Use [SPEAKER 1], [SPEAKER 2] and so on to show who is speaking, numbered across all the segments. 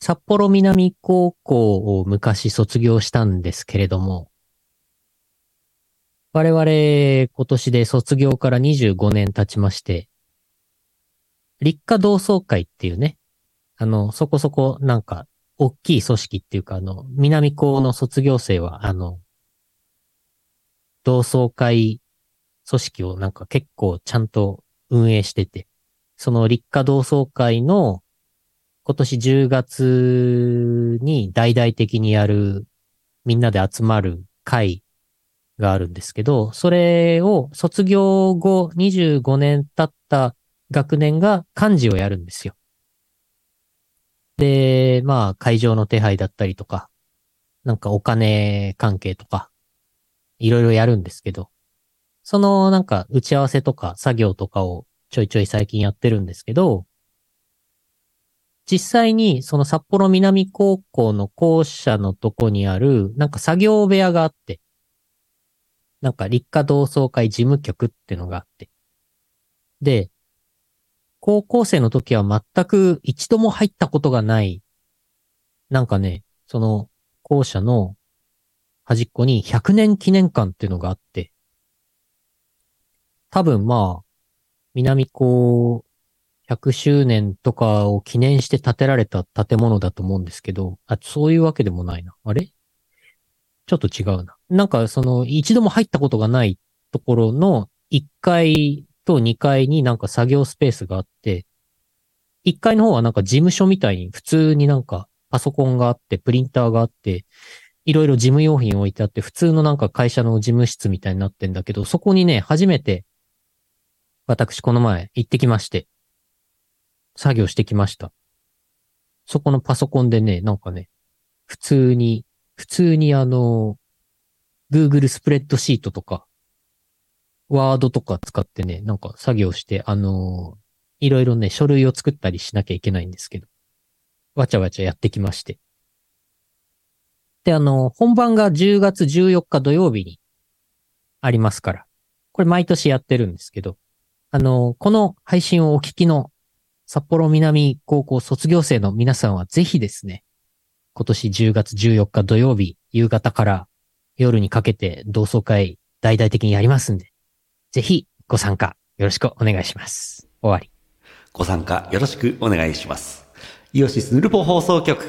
[SPEAKER 1] 札幌南高校を昔卒業したんですけれども、我々今年で卒業から25年経ちまして、立夏同窓会っていうね、あの、そこそこなんか、大きい組織っていうか、あの、南高の卒業生は、あの、同窓会組織をなんか結構ちゃんと運営してて、その立夏同窓会の今年10月に大々的にやる、みんなで集まる会があるんですけど、それを卒業後25年経った学年が漢字をやるんですよ。で、まあ会場の手配だったりとか、なんかお金関係とか、いろいろやるんですけど、そのなんか打ち合わせとか作業とかをちょいちょい最近やってるんですけど、実際にその札幌南高校の校舎のとこにある、なんか作業部屋があって、なんか立夏同窓会事務局ってのがあって。で、高校生の時は全く一度も入ったことがない、なんかね、その校舎の端っこに100年記念館っていうのがあって、多分まあ、南高100周年とかを記念して建てられた建物だと思うんですけど、あ、そういうわけでもないな。あれちょっと違うな。なんかその一度も入ったことがないところの1階と2階になんか作業スペースがあって、1階の方はなんか事務所みたいに普通になんかパソコンがあって、プリンターがあって、いろいろ事務用品置いてあって、普通のなんか会社の事務室みたいになってんだけど、そこにね、初めて私この前行ってきまして、作業してきました。そこのパソコンでね、なんかね、普通に、普通にあの、Google スプレッドシートとか、Word とか使ってね、なんか作業して、あのー、いろいろね、書類を作ったりしなきゃいけないんですけど、わちゃわちゃやってきまして。で、あのー、本番が10月14日土曜日にありますから、これ毎年やってるんですけど、あの、この配信をお聞きの札幌南高校卒業生の皆さんはぜひですね、今年10月14日土曜日夕方から夜にかけて同窓会大々的にやりますんで、ぜひご参加よろしくお願いします。終わり。
[SPEAKER 2] ご参加よろしくお願いします。イオシスヌルポ放送局。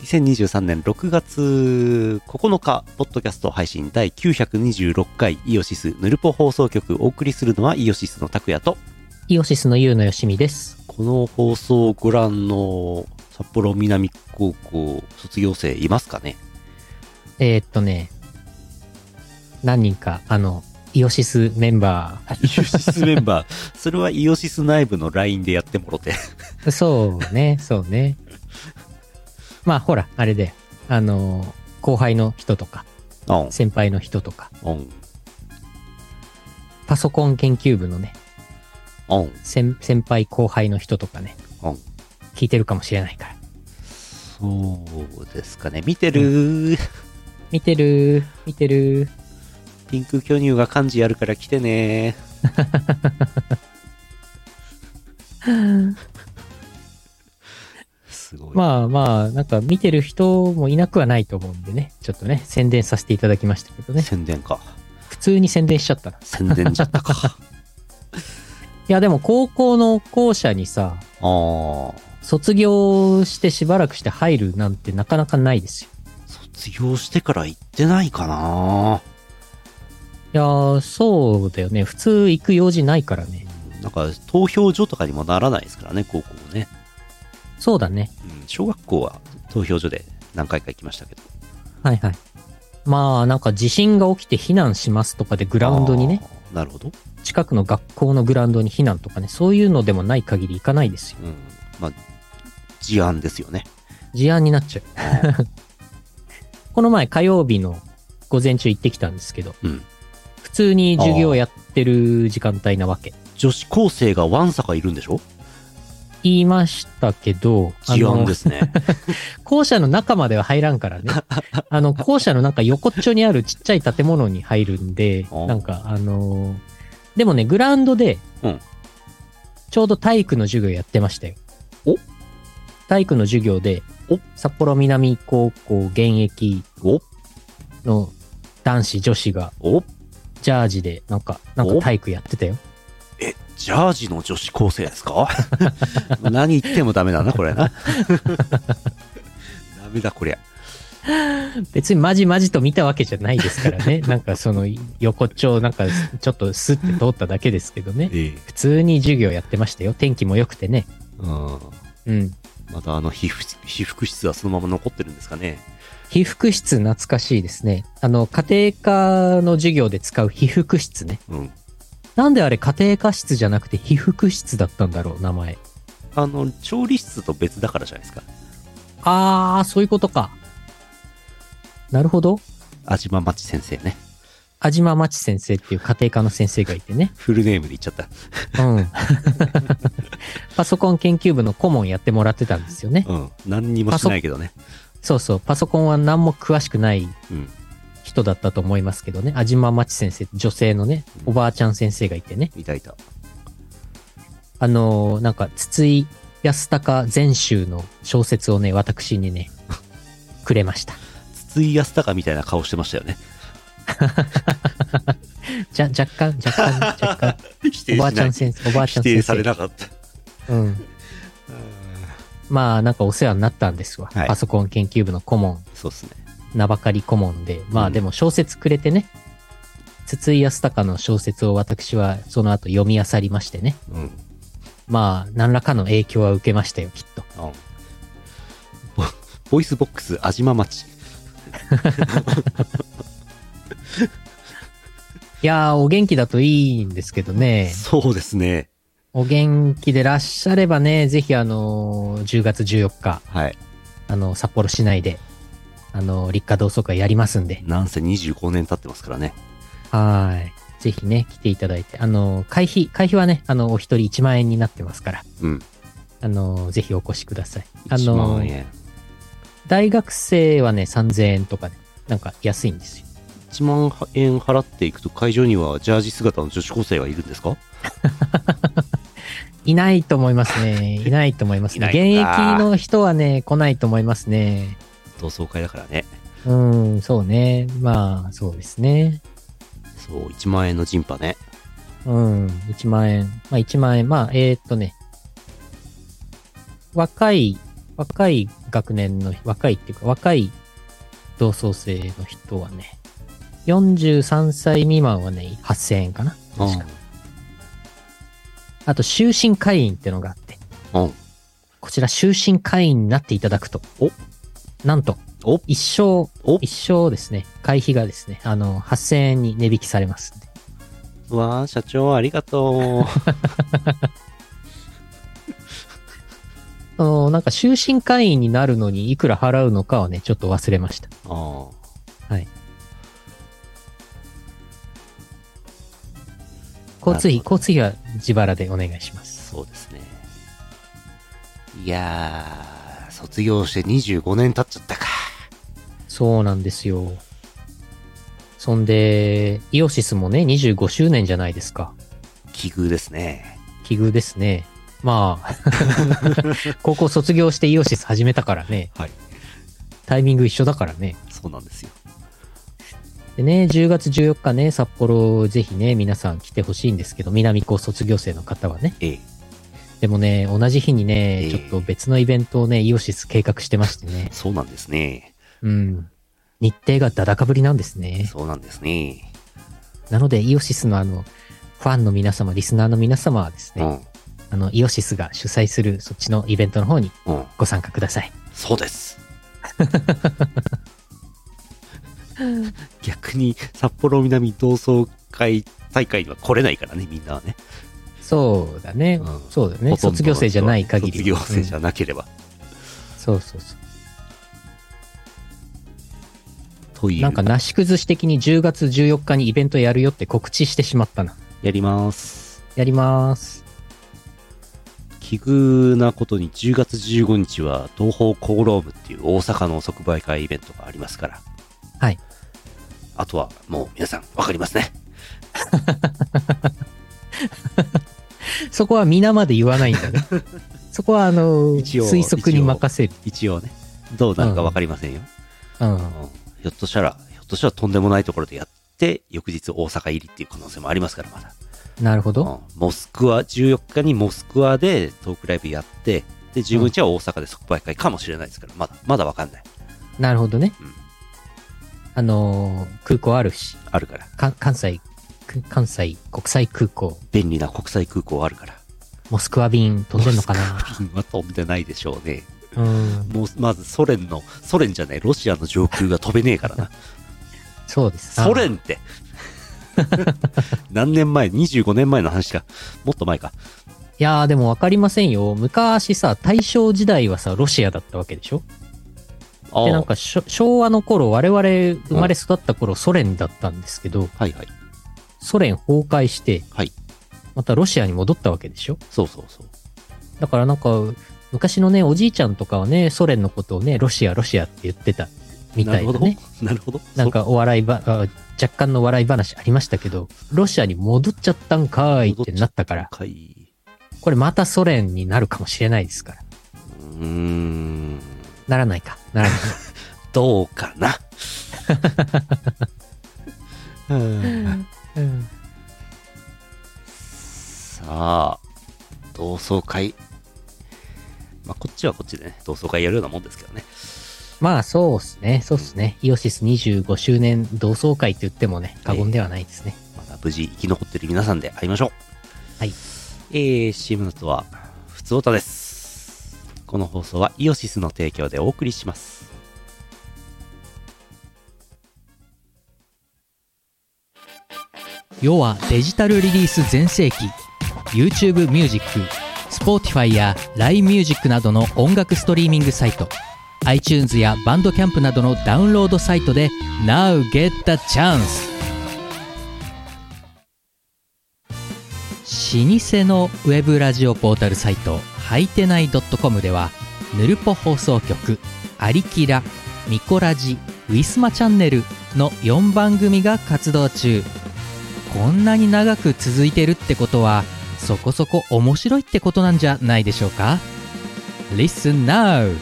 [SPEAKER 2] 2023年6月9日、ポッドキャスト配信第926回イオシスヌルポ放送局お送りするのはイオシスの拓也と
[SPEAKER 1] イオシスのゆうのよしみです。
[SPEAKER 2] この放送をご覧の札幌南高校卒業生いますかね
[SPEAKER 1] えー、っとね、何人か、あの、イオシスメンバー。
[SPEAKER 2] イオシスメンバー。 それはイオシス内部の LINE でやってもろて。
[SPEAKER 1] そうね、そうね。まあほら、あれで、あのー、後輩の人とか、先輩の人とか、パソコン研究部のね、先先輩後輩の人とかね、聞いてるかもしれないから。
[SPEAKER 2] そうですかね。見てる、うん、
[SPEAKER 1] 見てる見てる
[SPEAKER 2] ピンク巨乳が漢字やるから来てね
[SPEAKER 1] まあまあ、なんか見てる人もいなくはないと思うんでね、ちょっとね、宣伝させていただきましたけどね。
[SPEAKER 2] 宣伝か。
[SPEAKER 1] 普通に宣伝しちゃったな。
[SPEAKER 2] 宣伝しちゃったか。
[SPEAKER 1] いや、でも高校の校舎にさ、卒業してしばらくして入るなんてなかなかないですよ。
[SPEAKER 2] 卒業してから行ってないかない
[SPEAKER 1] やそうだよね。普通行く用事ないからね。
[SPEAKER 2] なんか投票所とかにもならないですからね、高校ね。
[SPEAKER 1] そうだね、
[SPEAKER 2] うん。小学校は投票所で何回か行きましたけど。
[SPEAKER 1] はいはい。まあ、なんか地震が起きて避難しますとかでグラウンドにね。
[SPEAKER 2] なるほど。
[SPEAKER 1] 近くの学校のグラウンドに避難とかね、そういうのでもない限り行かないですよ。
[SPEAKER 2] うん。まあ、事案ですよね。
[SPEAKER 1] 事案になっちゃう。 この前火曜日の午前中行ってきたんですけど、うん、普通に授業やってる時間帯なわけ。
[SPEAKER 2] 女子高生がわんさかいるんでしょ
[SPEAKER 1] 言いましたけど、
[SPEAKER 2] 治安ですね。
[SPEAKER 1] 校舎の中までは入らん からね。あの、校舎のなんか横っちょにあるちっちゃい建物に入るんで、なんかあのー、でもね、グラウンドで、
[SPEAKER 2] うん
[SPEAKER 1] ちょうど体育の授業やってましたよ。
[SPEAKER 2] お
[SPEAKER 1] 体育の授業で
[SPEAKER 2] お、
[SPEAKER 1] 札幌南高校現役
[SPEAKER 2] お
[SPEAKER 1] の男子女子が
[SPEAKER 2] お
[SPEAKER 1] ジャージで、なんか、なん
[SPEAKER 2] お
[SPEAKER 1] か体育やってたよ。
[SPEAKER 2] え、ジャージの女子高生ですか 何言ってもダメだな、これ な。ダメだ、こりゃ。
[SPEAKER 1] 別にまじまじと見たわけじゃないですから ね。なんかその横っちょをなんかちょっとスって通っただけですけどね。
[SPEAKER 2] ええ。
[SPEAKER 1] 普通に授業やってましたよ。天気も良くてね。
[SPEAKER 2] うん。
[SPEAKER 1] うん。
[SPEAKER 2] またあの、被服被服室はそのまま残ってるんですかね。
[SPEAKER 1] 被服室懐かしいですね。あの、家庭科の授業で使う被服室ね。
[SPEAKER 2] うん。
[SPEAKER 1] なんであれ家庭科室じゃなくて被服室だったんだろう、名前。
[SPEAKER 2] あの、調理室と別だからじゃないですか。
[SPEAKER 1] あー、そういうことか。なるほど。
[SPEAKER 2] 安島町先生ね。
[SPEAKER 1] 安島町先生っていう家庭科の先生がいてね。
[SPEAKER 2] フルネームで言っちゃった。
[SPEAKER 1] うん。 パソコン研究部の顧問やってもらってたんですよね。
[SPEAKER 2] うん。何にもしないけどね。
[SPEAKER 1] そうそう、パソコンは何も詳しくない
[SPEAKER 2] うん。
[SPEAKER 1] 人だったと思いますけどね。安島町先生、女性のね、おばあちゃん先生がいてね。
[SPEAKER 2] いたいた。
[SPEAKER 1] あのーなんか、筒井康隆全集の小説をね、私にね、 くれました。
[SPEAKER 2] 筒井康隆みたいな顔してましたよね。
[SPEAKER 1] じゃ、若干、若干、若干。
[SPEAKER 2] 否
[SPEAKER 1] お
[SPEAKER 2] 定し
[SPEAKER 1] ばあちゃ
[SPEAKER 2] なんい。
[SPEAKER 1] 先生、おばあちゃ
[SPEAKER 2] 否
[SPEAKER 1] ん先
[SPEAKER 2] 定され
[SPEAKER 1] 生。
[SPEAKER 2] なかった。
[SPEAKER 1] うん。まあ、なんかお世話になったんですわ。
[SPEAKER 2] はい
[SPEAKER 1] パソコン研究部の顧問、
[SPEAKER 2] そうっすね。
[SPEAKER 1] 名ばかり顧問で。ま
[SPEAKER 2] う
[SPEAKER 1] あ、
[SPEAKER 2] ん
[SPEAKER 1] でも小説くれてね。筒井康隆の小説を私はその後読み漁りましてね。
[SPEAKER 2] うん。
[SPEAKER 1] まあ、何らかの影響は受けましたよ、きっと。
[SPEAKER 2] ボボイスボックス安島町
[SPEAKER 1] いやー、お元気だといいんですけどね。
[SPEAKER 2] そうですね
[SPEAKER 1] お元気でらっしゃればね、ぜひあのー10月14日、
[SPEAKER 2] はい
[SPEAKER 1] あの、札幌市内で、あのー立夏同窓会やりますんで、
[SPEAKER 2] なんせ25年経ってますからね
[SPEAKER 1] はーい。ぜひね、来ていただいて、あのー会費、会費はね、あの、お一人1万円になってますから、
[SPEAKER 2] うん
[SPEAKER 1] あのーぜひお越しください。あ
[SPEAKER 2] 1
[SPEAKER 1] の
[SPEAKER 2] 万
[SPEAKER 1] ー
[SPEAKER 2] 円
[SPEAKER 1] 大学生はね、3000円とかね、なんか安いんですよ。
[SPEAKER 2] 1万円払っていくと会場にはジャージ姿の女子高生はいるんですか
[SPEAKER 1] いないと思いますね。 いないと思いますね。
[SPEAKER 2] いない
[SPEAKER 1] 現
[SPEAKER 2] のか
[SPEAKER 1] 役の人はね、来ないと思いますね。
[SPEAKER 2] 同窓会だからね
[SPEAKER 1] うん、そうね。まあ、そうですね。
[SPEAKER 2] そう1万円のジンパね
[SPEAKER 1] うん、1万円。まあ、1万円。まあ、えーっとね。若い、若い学年の、若いっていうか、若い同窓生の人はね、43歳未満はね、8000円かな。確か。あと、終身会員ってのがあって、
[SPEAKER 2] うんうん
[SPEAKER 1] こちら終身会員になっていただくと。
[SPEAKER 2] お
[SPEAKER 1] なんと、
[SPEAKER 2] お
[SPEAKER 1] 一生、
[SPEAKER 2] お
[SPEAKER 1] 一生ですね、会費がですね、あの、8000円に値引きされますんで。
[SPEAKER 2] うわー社長ありがと
[SPEAKER 1] あの、なんか終身会員になるのにいくら払うのかはね、ちょっと忘れました。
[SPEAKER 2] うあ
[SPEAKER 1] はい。交通費、
[SPEAKER 2] なるほ
[SPEAKER 1] 交通費は自腹でお願いしま
[SPEAKER 2] ー
[SPEAKER 1] す。
[SPEAKER 2] そうですねいやー卒業して25年経っちゃったか
[SPEAKER 1] そうなんですよ。そんで、イオシスもね、25周年じゃないですか。
[SPEAKER 2] 奇遇ですね
[SPEAKER 1] 奇遇ですね。ま あ、高校卒業してイオシス始めたからね。
[SPEAKER 2] はい
[SPEAKER 1] タイミング一緒だからね。
[SPEAKER 2] そうなんですよ。
[SPEAKER 1] でね、10月14日ね、札幌ぜひね、皆さん来てほしいんですけど、南高卒業生の方はね。
[SPEAKER 2] ええ。
[SPEAKER 1] でもね、同じ日に
[SPEAKER 2] え
[SPEAKER 1] ね
[SPEAKER 2] え、
[SPEAKER 1] ちょっと別のイベントをね、イオシス計画してましてね。
[SPEAKER 2] そうなんですね。
[SPEAKER 1] うん。日程がだだかぶりなんですね。
[SPEAKER 2] そうなんですね。
[SPEAKER 1] なので、イオシスのあの、ファンの皆様、リスナーの皆様はです
[SPEAKER 2] う
[SPEAKER 1] ね、
[SPEAKER 2] ん。
[SPEAKER 1] あの、イオシスが主催するそっちのイベントの方に
[SPEAKER 2] うん。
[SPEAKER 1] ご参加ください。
[SPEAKER 2] そうです。逆に札幌南同窓会大会には来れないからね、みんなはね。
[SPEAKER 1] そうだね。
[SPEAKER 2] うん
[SPEAKER 1] そうだね。
[SPEAKER 2] ほとんどの人は
[SPEAKER 1] 卒業生じゃない限り。
[SPEAKER 2] 卒業生じ
[SPEAKER 1] ゃ、
[SPEAKER 2] ゃなければ。
[SPEAKER 1] そうそうそう。
[SPEAKER 2] という。
[SPEAKER 1] なんか、なし崩し的に10月14日にイベントやるよって告知してしまったな。
[SPEAKER 2] やります。
[SPEAKER 1] やります。
[SPEAKER 2] 奇遇なことに10月15日は東方コーロームっていう大阪の即売会イベントがありますから。
[SPEAKER 1] はい。
[SPEAKER 2] あとはもう皆さんわかりますね。
[SPEAKER 1] そこは皆まで言わないんだ ね。そこは、あの、
[SPEAKER 2] 一応
[SPEAKER 1] 推測に任せる。
[SPEAKER 2] 一応ね、どうなるかわかりませんよ。
[SPEAKER 1] うん。
[SPEAKER 2] うんひょっとしたら、ひょっとしたらとんでもないところでやって、翌日大阪入りっていう可能性もありますから、まだ。
[SPEAKER 1] なるほど。
[SPEAKER 2] うんモスクワ、14日にモスクワでトークライブやって、で、15日は大阪で即売会かもしれないですから、まだ、まだわかんない。
[SPEAKER 1] なるほどね。
[SPEAKER 2] うん
[SPEAKER 1] あのー空港あるし、
[SPEAKER 2] あるから。
[SPEAKER 1] か関西、く関西国際空港、
[SPEAKER 2] 便利な国際空港あるから。
[SPEAKER 1] モスクワ便飛んでんのかな
[SPEAKER 2] うんまあ飛んでないでしょうね。
[SPEAKER 1] うん。
[SPEAKER 2] もう、まずソ連の、ソ連じゃない、ロシアの上空が飛べねえか らな。
[SPEAKER 1] そうです。
[SPEAKER 2] ソ連って 何年前 ?25 年前の話か。もっと前か。
[SPEAKER 1] いやーでもわかりませんよ。昔さ、大正時代はさ、ロシアだったわけでしょ
[SPEAKER 2] あ
[SPEAKER 1] で、
[SPEAKER 2] あ
[SPEAKER 1] なんかしょ昭和の頃、我々生まれ育った頃、ソ連だったんですけど、
[SPEAKER 2] はいはい。
[SPEAKER 1] ソ連崩壊して、
[SPEAKER 2] はい
[SPEAKER 1] またロシアに戻ったわけでしょ
[SPEAKER 2] そうそうそう。
[SPEAKER 1] だからなんか、昔のね、おじいちゃんとかはね、ソ連のことをね、ロシア、ロシアって言ってたみたいな
[SPEAKER 2] なる
[SPEAKER 1] ね。
[SPEAKER 2] ほど。なるほど。
[SPEAKER 1] なんかお笑いば、あ若干の笑い話ありましたけど、ロシアに戻っちゃったんかーいってなったか
[SPEAKER 2] そ
[SPEAKER 1] ら
[SPEAKER 2] っ、かい。
[SPEAKER 1] これまたソ連になるかもしれないですから。
[SPEAKER 2] うーん。
[SPEAKER 1] ならないか。ならない。
[SPEAKER 2] どうかな。 うん
[SPEAKER 1] うん
[SPEAKER 2] さあ、同窓会。まあ、こっちはこっちでね、同窓会やるようなもんですけどね。
[SPEAKER 1] まあそうっすね、そうっすね。イオシス25周年同窓会って言ってもね、過言ではないですね。
[SPEAKER 2] まだ無事生き残ってる皆さんで会いましょう。
[SPEAKER 1] はい。
[SPEAKER 2] えー、CM の後は、ふつおたです。この放送はイオシスの提供でお送りします。
[SPEAKER 3] 世はデジタルリリース全盛期 YouTube ミュージック Spotify や LINE ミュージックなどの音楽ストリーミングサイト iTunes やバンドキャンプなどのダウンロードサイトで Now get the chance 老舗のウェブラジオポータルサイトはいてない .com ではぬるぽ放送局「アリキラ」「ミコラジ」「ウィスマチャンネル」の4番組が活動中こんなに長く続いてるってことはそこそこ面白いってことなんじゃないでしょうか Listen now!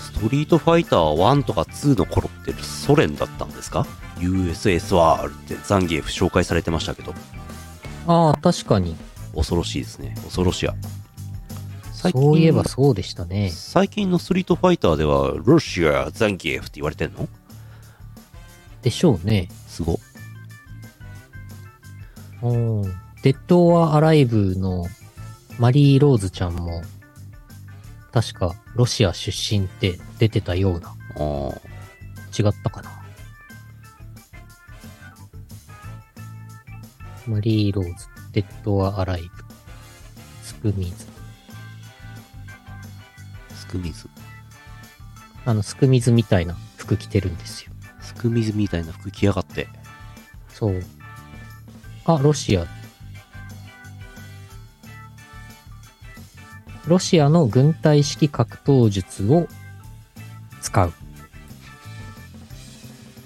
[SPEAKER 2] ストリートファイター1とか2の頃ってソ連だったんですか ?USSR ってザンギエフ紹介されてましたけど、
[SPEAKER 1] ああ、確かに。
[SPEAKER 2] 恐ろしいですね。恐ろしや。最近
[SPEAKER 1] そういえばそうでしたね。
[SPEAKER 2] 最近のストリートファイターでは、ロシア、ザンギエフって言われてんの
[SPEAKER 1] でしょうね。
[SPEAKER 2] すご。
[SPEAKER 1] うん。デッド・オア・アライブのマリー・ローズちゃんも、確かロシア出身って出てたような。
[SPEAKER 2] あー
[SPEAKER 1] 違ったかな。マリー・ローズ、デッド・ア・アライブ、スクミズ。
[SPEAKER 2] スクミズ。
[SPEAKER 1] あの、スクミズみたいな服着てるんですよ。
[SPEAKER 2] スクミズみたいな服着やがって。
[SPEAKER 1] そう。あ、ロシア。ロシアの軍隊式格闘術を使う。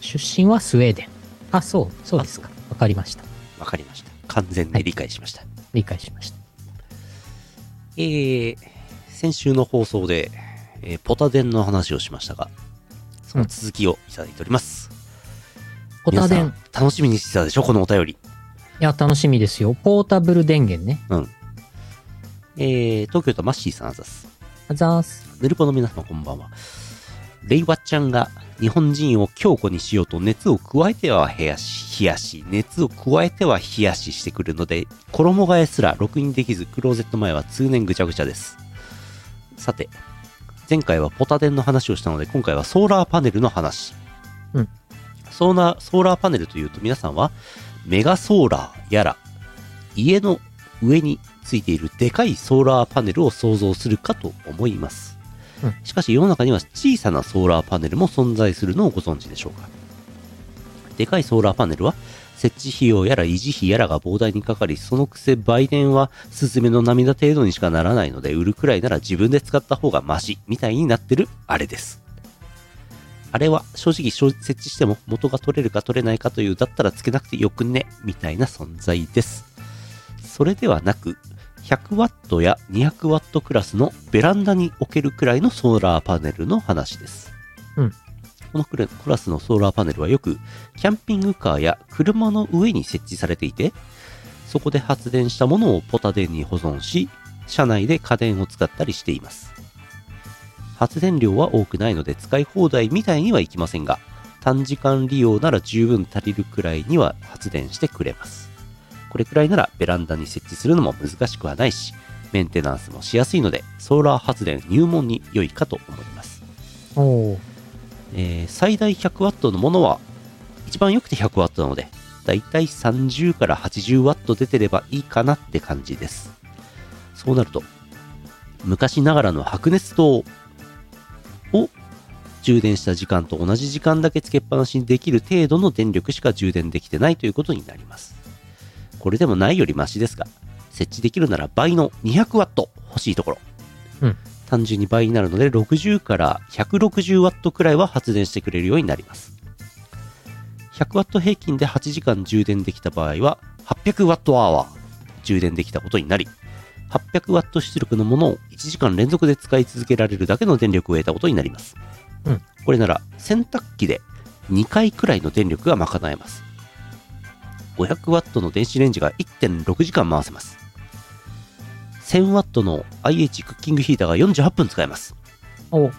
[SPEAKER 1] 出身はスウェーデン。あ、そう、そうですか。わかりました。
[SPEAKER 2] わかりました。完全に理解しました。
[SPEAKER 1] 理解しました。
[SPEAKER 2] えー、先週の放送で、えーポタデンの話をしましたが、その続きをいただいております。
[SPEAKER 1] ポタデン
[SPEAKER 2] 皆。さん楽しみにしてたでしょこのお便り。
[SPEAKER 1] いや、楽しみですよ。ポータブル電源ね。
[SPEAKER 2] うん。えー、東京都マッシーさんあざす。
[SPEAKER 1] あざーす。
[SPEAKER 2] ヌルポの皆様こんばんは。レイワちゃんが日本人を強固にしようと熱を加えては冷やし、冷やし、熱を加えては冷やししてくるので、衣替えすら録音できず、クローゼット前は通年ぐちゃぐちゃです。さて、前回はポタデンの話をしたので、今回はソーラーパネルの話。
[SPEAKER 1] うん。
[SPEAKER 2] ソーラー、ソーラーパネルというと皆さんは、メガソーラーやら、家の上についているでかいソーラーパネルを想像するかと思います。しかし世の中には小さなソーラーパネルも存在するのをご存知でしょうかでかいソーラーパネルは設置費用やら維持費やらが膨大にかかり、そのくせ売電はスズメの涙程度にしかならないので、売るくらいなら自分で使った方がマシ、みたいになってるあれです。あれは正直しょ設置しても元が取れるか取れないかという、だったらつけなくてよくね、みたいな存在です。それではなく、100W や 200W クラスのベランダに置けるくらいのソーラーパネルの話です。
[SPEAKER 1] うん
[SPEAKER 2] このクラクラスのソーラーパネルはよくキャンピングカーや車の上に設置されていて、そこで発電したものをポタ電に保存し、車内で家電を使ったりしています。発電量は多くないので使い放題みたいにはいきませんが、短時間利用なら十分足りるくらいには発電してくれます。これくらいならベランダに設置するのも難しくはないし、メンテナンスもしやすいので、ソーラー発電入門に良いかと思います。
[SPEAKER 1] おー
[SPEAKER 2] えー最大 100W のものは一番よくて 100W なのでだいたい30から 80W 出てればいいかなって感じですそうなると昔ながらの白熱灯を充電した時間と同じ時間だけつけっぱなしにできる程度の電力しか充電できてないということになりますこれでもないよりマシですが設置できるなら倍の 200W 欲しいところ単純に倍になるので60から160ワットくらいは発電してくれるようになります100ワット平均で8時間充電できた場合は800ワットアワー充電できたことになり800ワット出力のものを1時間連続で使い続けられるだけの電力を得たことになります、
[SPEAKER 1] うん
[SPEAKER 2] これなら洗濯機で2回くらいの電力が賄えます500ワットの電子レンジが1.6時間回せます1000ワットの IH クッキングヒーターが48分使えます
[SPEAKER 1] おー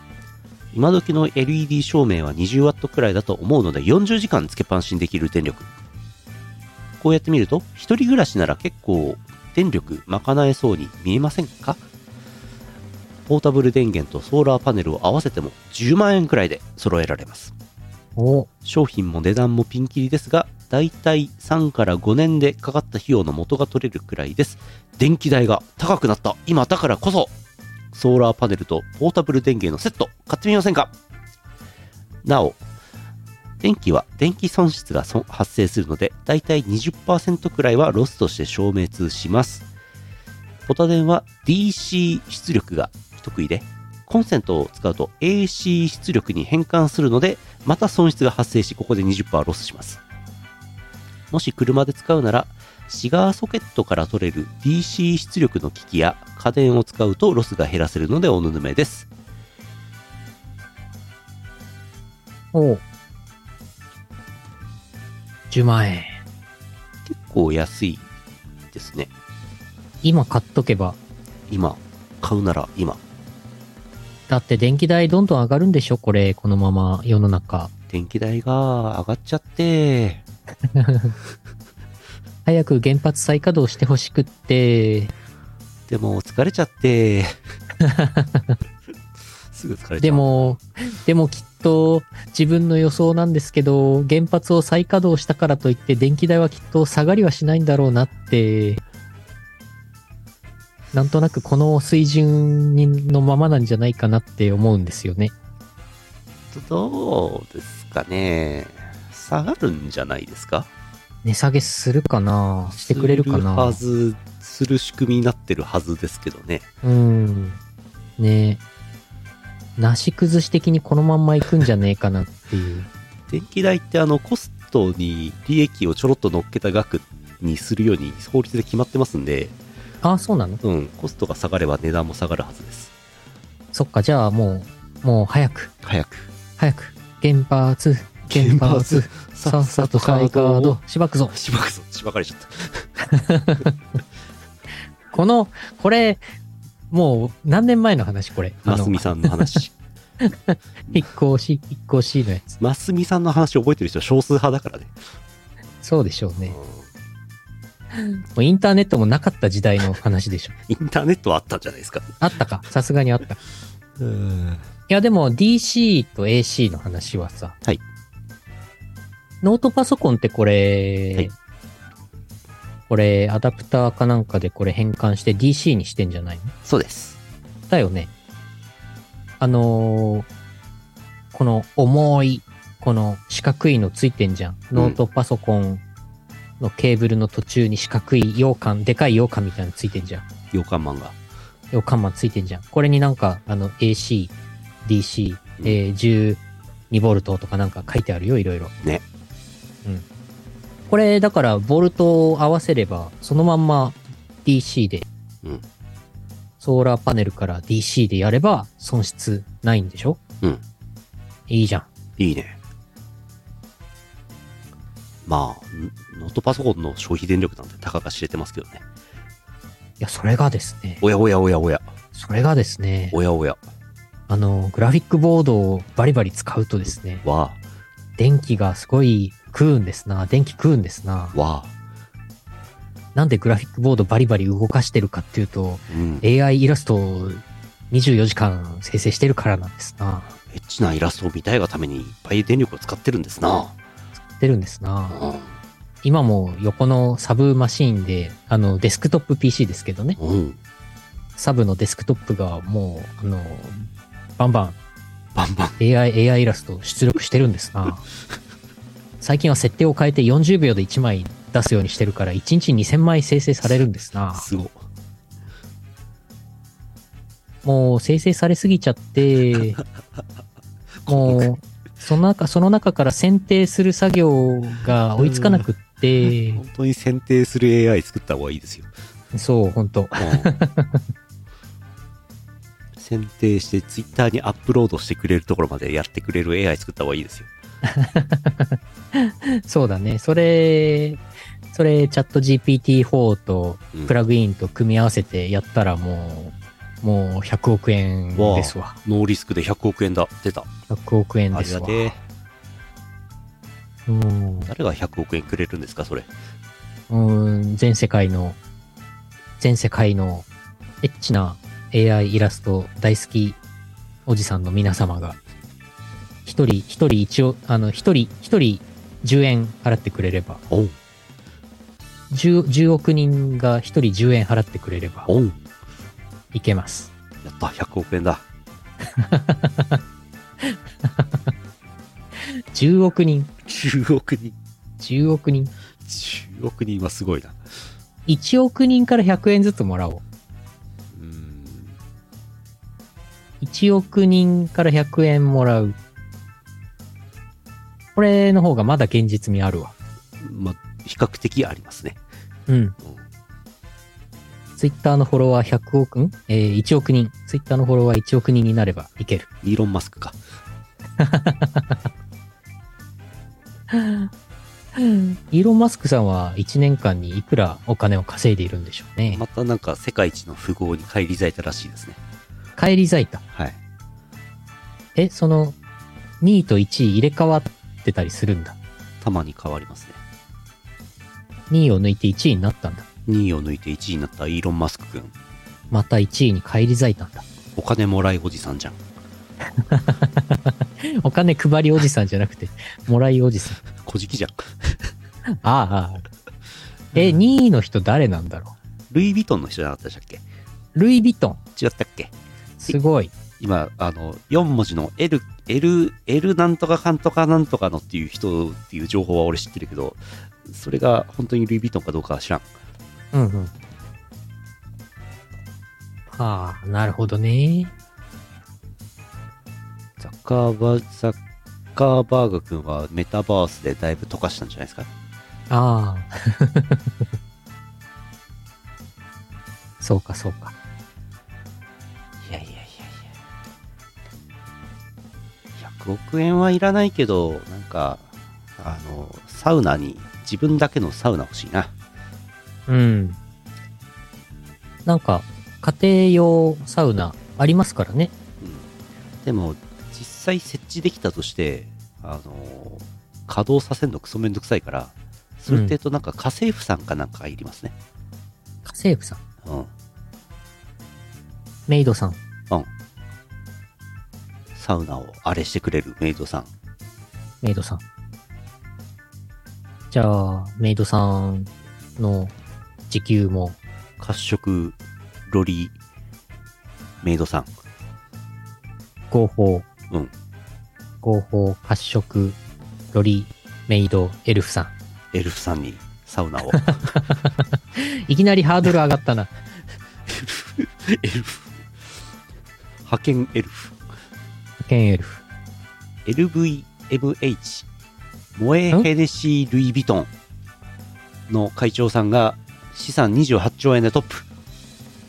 [SPEAKER 2] 今時の LED 照明は 20W くらいだと思うので40時間つけっぱなしにできる電力こうやってみると一人暮らしなら結構電力賄えそうに見えませんかポータブル電源とソーラーパネルを合わせても10万円くらいで揃えられます
[SPEAKER 1] おー
[SPEAKER 2] 商品も値段もピンキリですがだいたい3から5年でかかった費用の元が取れるくらいです電気代が高くなった今だからこそソーラーパネルとポータブル電源のセット買ってみませんかなお電気は電気損失が損発生するのでだいたい20%くらいはロスとして消滅しますポタ電は DC 出力が不得意でコンセントを使うと AC 出力に変換するのでまた損失が発生しここで20%ロスしますもし車で使うならシガーソケットから取れる DC 出力の機器や家電を使うとロスが減らせるのでおぬぬめです
[SPEAKER 1] おー10万円。
[SPEAKER 2] 結構安いですね
[SPEAKER 1] 今買っとけば、
[SPEAKER 2] 今買うなら今
[SPEAKER 1] だって電気代どんどん上がるんでしょこれ、このまま世の中。
[SPEAKER 2] 電気代が上がっちゃって
[SPEAKER 1] 早く原発再稼働してほしくって、
[SPEAKER 2] でも疲れちゃって すぐ疲れちゃう
[SPEAKER 1] でも、でもきっと自分の予想なんですけど、原発を再稼働したからといって電気代はきっと下がりはしないんだろうなって、なんとなくこの水準にのままなんじゃないかなって思うんですよね。
[SPEAKER 2] どうですかね下がるんじゃないですか
[SPEAKER 1] 値下げするかなしてくれるか
[SPEAKER 2] するは
[SPEAKER 1] な
[SPEAKER 2] ずする仕組みになってるはずですけどね
[SPEAKER 1] うん。ねえ。なし崩し的にこのまんま行くんじゃねえかなっていう。
[SPEAKER 2] 電気代ってあのコストに利益をちょろっと乗っけた額にするように法律で決まってますんで、
[SPEAKER 1] ああ、そうなの
[SPEAKER 2] うん、コストが下がれば値段も下がるはずです
[SPEAKER 1] そっか、じゃあもう、もう早く、
[SPEAKER 2] 早く
[SPEAKER 1] 早く、原発、原発、さっさと再稼働、しばくぞ。
[SPEAKER 2] しばくぞしばかれちゃった
[SPEAKER 1] この、これ、もう何年前の話これ。あ
[SPEAKER 2] ます
[SPEAKER 1] の、
[SPEAKER 2] みさんの話
[SPEAKER 1] 一行 C、一行 C のやつ。
[SPEAKER 2] ますみさんの話覚えてる人少数派だからね、
[SPEAKER 1] そうでしょうね。
[SPEAKER 2] うん
[SPEAKER 1] もうインターネットもなかった時代の話でしょ。
[SPEAKER 2] インターネットはあったんじゃないですか
[SPEAKER 1] あったか。さすがにあった。い
[SPEAKER 2] うん
[SPEAKER 1] やでも DC と AC の話はさ。
[SPEAKER 2] はい
[SPEAKER 1] ノートパソコンってこれ、
[SPEAKER 2] はい
[SPEAKER 1] これアダプターかなんかでこれ変換して DC にしてんじゃないの
[SPEAKER 2] そうです
[SPEAKER 1] だよね。あのーこの重いこの四角いのついてんじゃん。ノートパソコンのケーブルの途中に四角い羊羹、でかい羊羹みたいなのついてんじゃん。
[SPEAKER 2] 洋館漫画。
[SPEAKER 1] 羊羹マンついてんじゃん。これになんか、あの、AC、DC、
[SPEAKER 2] うん
[SPEAKER 1] えー、12ボルトとかなんか書いてあるよ、いろいろ。
[SPEAKER 2] ね。
[SPEAKER 1] うん。これ、だから、ボルトを合わせれば、そのまんま DC で、
[SPEAKER 2] うん
[SPEAKER 1] ソーラーパネルから DC でやれば、損失ないんでしょ
[SPEAKER 2] うん。
[SPEAKER 1] いいじゃん。
[SPEAKER 2] いいね。まあ、んノートパソコンの消費電力なんてたかが知れてますけどね。
[SPEAKER 1] いや、それがですね、
[SPEAKER 2] おやおやおやおや、
[SPEAKER 1] それがですね、
[SPEAKER 2] おやおや、
[SPEAKER 1] あの、グラフィックボードをバリバリ使うとですね、
[SPEAKER 2] わ
[SPEAKER 1] 電気がすごい食うんですな、電気食うんですな。
[SPEAKER 2] あ、わあ、
[SPEAKER 1] なんでグラフィックボードバリバリ動かしてるかっていうと、
[SPEAKER 2] うん。エ
[SPEAKER 1] AI イラストを24時間生成してるからなんですな。
[SPEAKER 2] ッチなイラストを見たいがためにいっぱい電力を使ってるんですな。
[SPEAKER 1] 出るんです
[SPEAKER 2] う
[SPEAKER 1] な。
[SPEAKER 2] ん。
[SPEAKER 1] 今も横のサブマシーンで、あの、デスクトップ PC ですけどね、
[SPEAKER 2] うん。
[SPEAKER 1] サブのデスクトップがもう、あの、バンバン
[SPEAKER 2] バンバン。
[SPEAKER 1] AI、AI イラストを出力してるんですな。最近は設定を変えて40秒で1枚出すようにしてるから、1日2000枚生成されるんですな。
[SPEAKER 2] すごい。
[SPEAKER 1] もう生成されすぎちゃ って、もう、その中、その中から選定する作業が追いつかなくって、
[SPEAKER 2] 本当に選定する AI 作った方がいいですよ。
[SPEAKER 1] そう、本当
[SPEAKER 2] うん選定してツイッターにアップロードしてくれるところまでやってくれる AI 作った方がいいですよ。
[SPEAKER 1] そうだね。それ、それ、チャット GPT-4 と
[SPEAKER 2] うん
[SPEAKER 1] プラグインと組み合わせてやったらもう、もう100億円ですわ。
[SPEAKER 2] ノーリスクで100億円だ。出た。
[SPEAKER 1] 100億円
[SPEAKER 2] あ
[SPEAKER 1] で
[SPEAKER 2] り
[SPEAKER 1] す
[SPEAKER 2] が
[SPEAKER 1] わ。
[SPEAKER 2] てえ。
[SPEAKER 1] うん
[SPEAKER 2] 誰が100億円くれるんですか、それ。
[SPEAKER 1] うん、全世界の、全世界のエッチな AI イラスト大好きおじさんの皆様が、一人、一人一応、あの、一人、一人10円払ってくれれば、
[SPEAKER 2] おん、
[SPEAKER 1] 10, 10億人が一人10円払ってくれれば、
[SPEAKER 2] おん。
[SPEAKER 1] いけます。
[SPEAKER 2] やった、100億円だ。
[SPEAKER 1] 10億人、
[SPEAKER 2] 10億人。
[SPEAKER 1] 10億人、
[SPEAKER 2] 10億人はすごいな。
[SPEAKER 1] 1億人から100円ずつもらおう。
[SPEAKER 2] うーん。
[SPEAKER 1] 1億人から100円もらう。これの方がまだ現実味あるわ。
[SPEAKER 2] ま、比較的ありますね。
[SPEAKER 1] うん。ツイッターのフォロワー100億、んえー、1億人。ツイッターのフォロワー1億人になればいける。
[SPEAKER 2] イーロン・マスクか。
[SPEAKER 1] イーロン・マスクさんは1年間にいくらお金を稼いでいるんでしょうね。
[SPEAKER 2] またなんか世界一の富豪に返り咲いたらしいですね。
[SPEAKER 1] 帰り咲いた。
[SPEAKER 2] はい。
[SPEAKER 1] え、その、2位と1位入れ替わってたりするんだ。
[SPEAKER 2] たまに変わりますね。
[SPEAKER 1] 2位を抜いて1位になったんだ。
[SPEAKER 2] 2位を抜いて1位になったイーロン・マスク君。
[SPEAKER 1] また1位に帰り咲いたんだ。
[SPEAKER 2] お金もらいおじさんじゃん。
[SPEAKER 1] お金配りおじさんじゃなくて、もらいおじさん。
[SPEAKER 2] 小じきじゃん。
[SPEAKER 1] ああああ。え、2位の人誰なんだろ
[SPEAKER 2] ルイ・ヴィトンの人じゃなかったでしたっけ
[SPEAKER 1] うルイ・ヴィトン。
[SPEAKER 2] 違ったっけ
[SPEAKER 1] すごい。
[SPEAKER 2] 今、あの、4文字の L、L、L なんとかかんとかなんとかのっていう人っていう情報は俺知ってるけど、それが本当にルイ・ヴィトンかどうかは知らん。
[SPEAKER 1] うんうん。はあ、なるほどね。
[SPEAKER 2] ザッカーバー、ザッカーバーグ君はメタバースでだいぶ溶かしたんじゃないですか
[SPEAKER 1] ああ。 そうか、そうか。
[SPEAKER 2] いやいやいやいや。100億円はいらないけど、なんか、あの、サウナに、自分だけのサウナ欲しいな。
[SPEAKER 1] うん。なんか、家庭用サウナありますからね。
[SPEAKER 2] うん。でも、実際設置できたとして、あの、稼働させるのクソめんどくさいから、それってえとなんか家政婦さんかなんかがいりますね。
[SPEAKER 1] 家政婦さん、
[SPEAKER 2] うん。
[SPEAKER 1] メイドさん。
[SPEAKER 2] サウナをあれしてくれるメイドさん。
[SPEAKER 1] メイドさん。じゃあ、メイドさんの時給も、
[SPEAKER 2] 褐色ロリメイドさん。
[SPEAKER 1] 合法。
[SPEAKER 2] うん。
[SPEAKER 1] 合法、褐色、ロリメイドエルフさん。
[SPEAKER 2] エルフさんにサウナを。
[SPEAKER 1] いきなりハードル上がったな。
[SPEAKER 2] エルフ。派遣エルフ。
[SPEAKER 1] ケンエルフ。
[SPEAKER 2] LVMH。モエ・ヘネシー・ルイ・ヴィトンの会長さんが資産28兆円でトップ。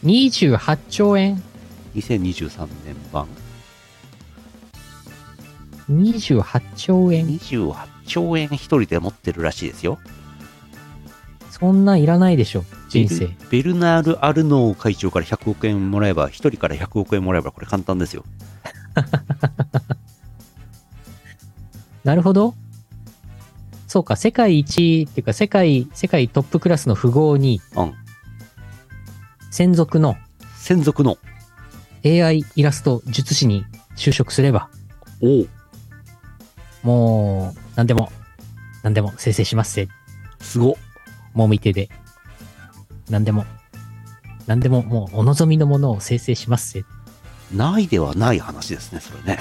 [SPEAKER 1] 28兆円
[SPEAKER 2] 2023年版。
[SPEAKER 1] ?28 兆円
[SPEAKER 2] 28兆円一人で持ってるらしいですよ。
[SPEAKER 1] そんなんいらないでしょ、人生。
[SPEAKER 2] ベルナール・アルノー会長から100億円もらえば、一人から100億円もらえば、これ簡単ですよ。
[SPEAKER 1] なるほど。そうか、世界一っていうか、世界、世界トップクラスの富豪に、
[SPEAKER 2] うん。
[SPEAKER 1] 専属の
[SPEAKER 2] 専属の。
[SPEAKER 1] AI イラスト術師に就職すれば、
[SPEAKER 2] お
[SPEAKER 1] もう、何でも、何でも生成しますぜ。
[SPEAKER 2] すごっ。
[SPEAKER 1] もみ手で。何でも、何でももうお望みのものを生成しますぜ。
[SPEAKER 2] ないではない話ですね、それね。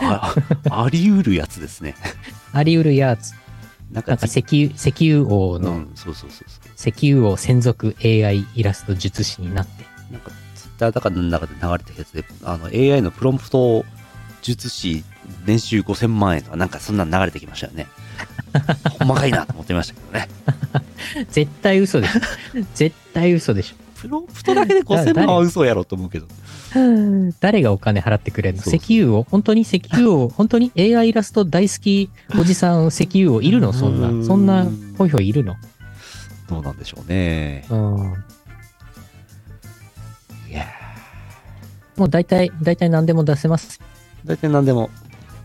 [SPEAKER 2] ああり得るやつですね。
[SPEAKER 1] あり得るやつ。
[SPEAKER 2] なんか
[SPEAKER 1] なんか石油、石油王の、
[SPEAKER 2] うん、そうそうそうそう。
[SPEAKER 1] 石油王専属 AI イラスト術師になって。
[SPEAKER 2] なんか、ツイッターだかなんだかで流れてるやつで、あの、AI のプロンプトを術師、年収5000万円とか、なんかそんなの流れてきましたよね。細かいなと思ってましたけどね。
[SPEAKER 1] 絶対嘘でしょ。絶対嘘でし
[SPEAKER 2] プロンプトだけで5000万は嘘やろと思うけど。
[SPEAKER 1] ょ。誰がお金払ってくれるの
[SPEAKER 2] そうそう
[SPEAKER 1] 石油王本当に石油王本当に AI イラスト大好きおじさん石油王いるのそん
[SPEAKER 2] うーん
[SPEAKER 1] な。そんな、ほいほいいるの
[SPEAKER 2] どうなんでしょうね。
[SPEAKER 1] うん。
[SPEAKER 2] いや
[SPEAKER 1] もう大体、大体何でも出せます。
[SPEAKER 2] ー大体何でも、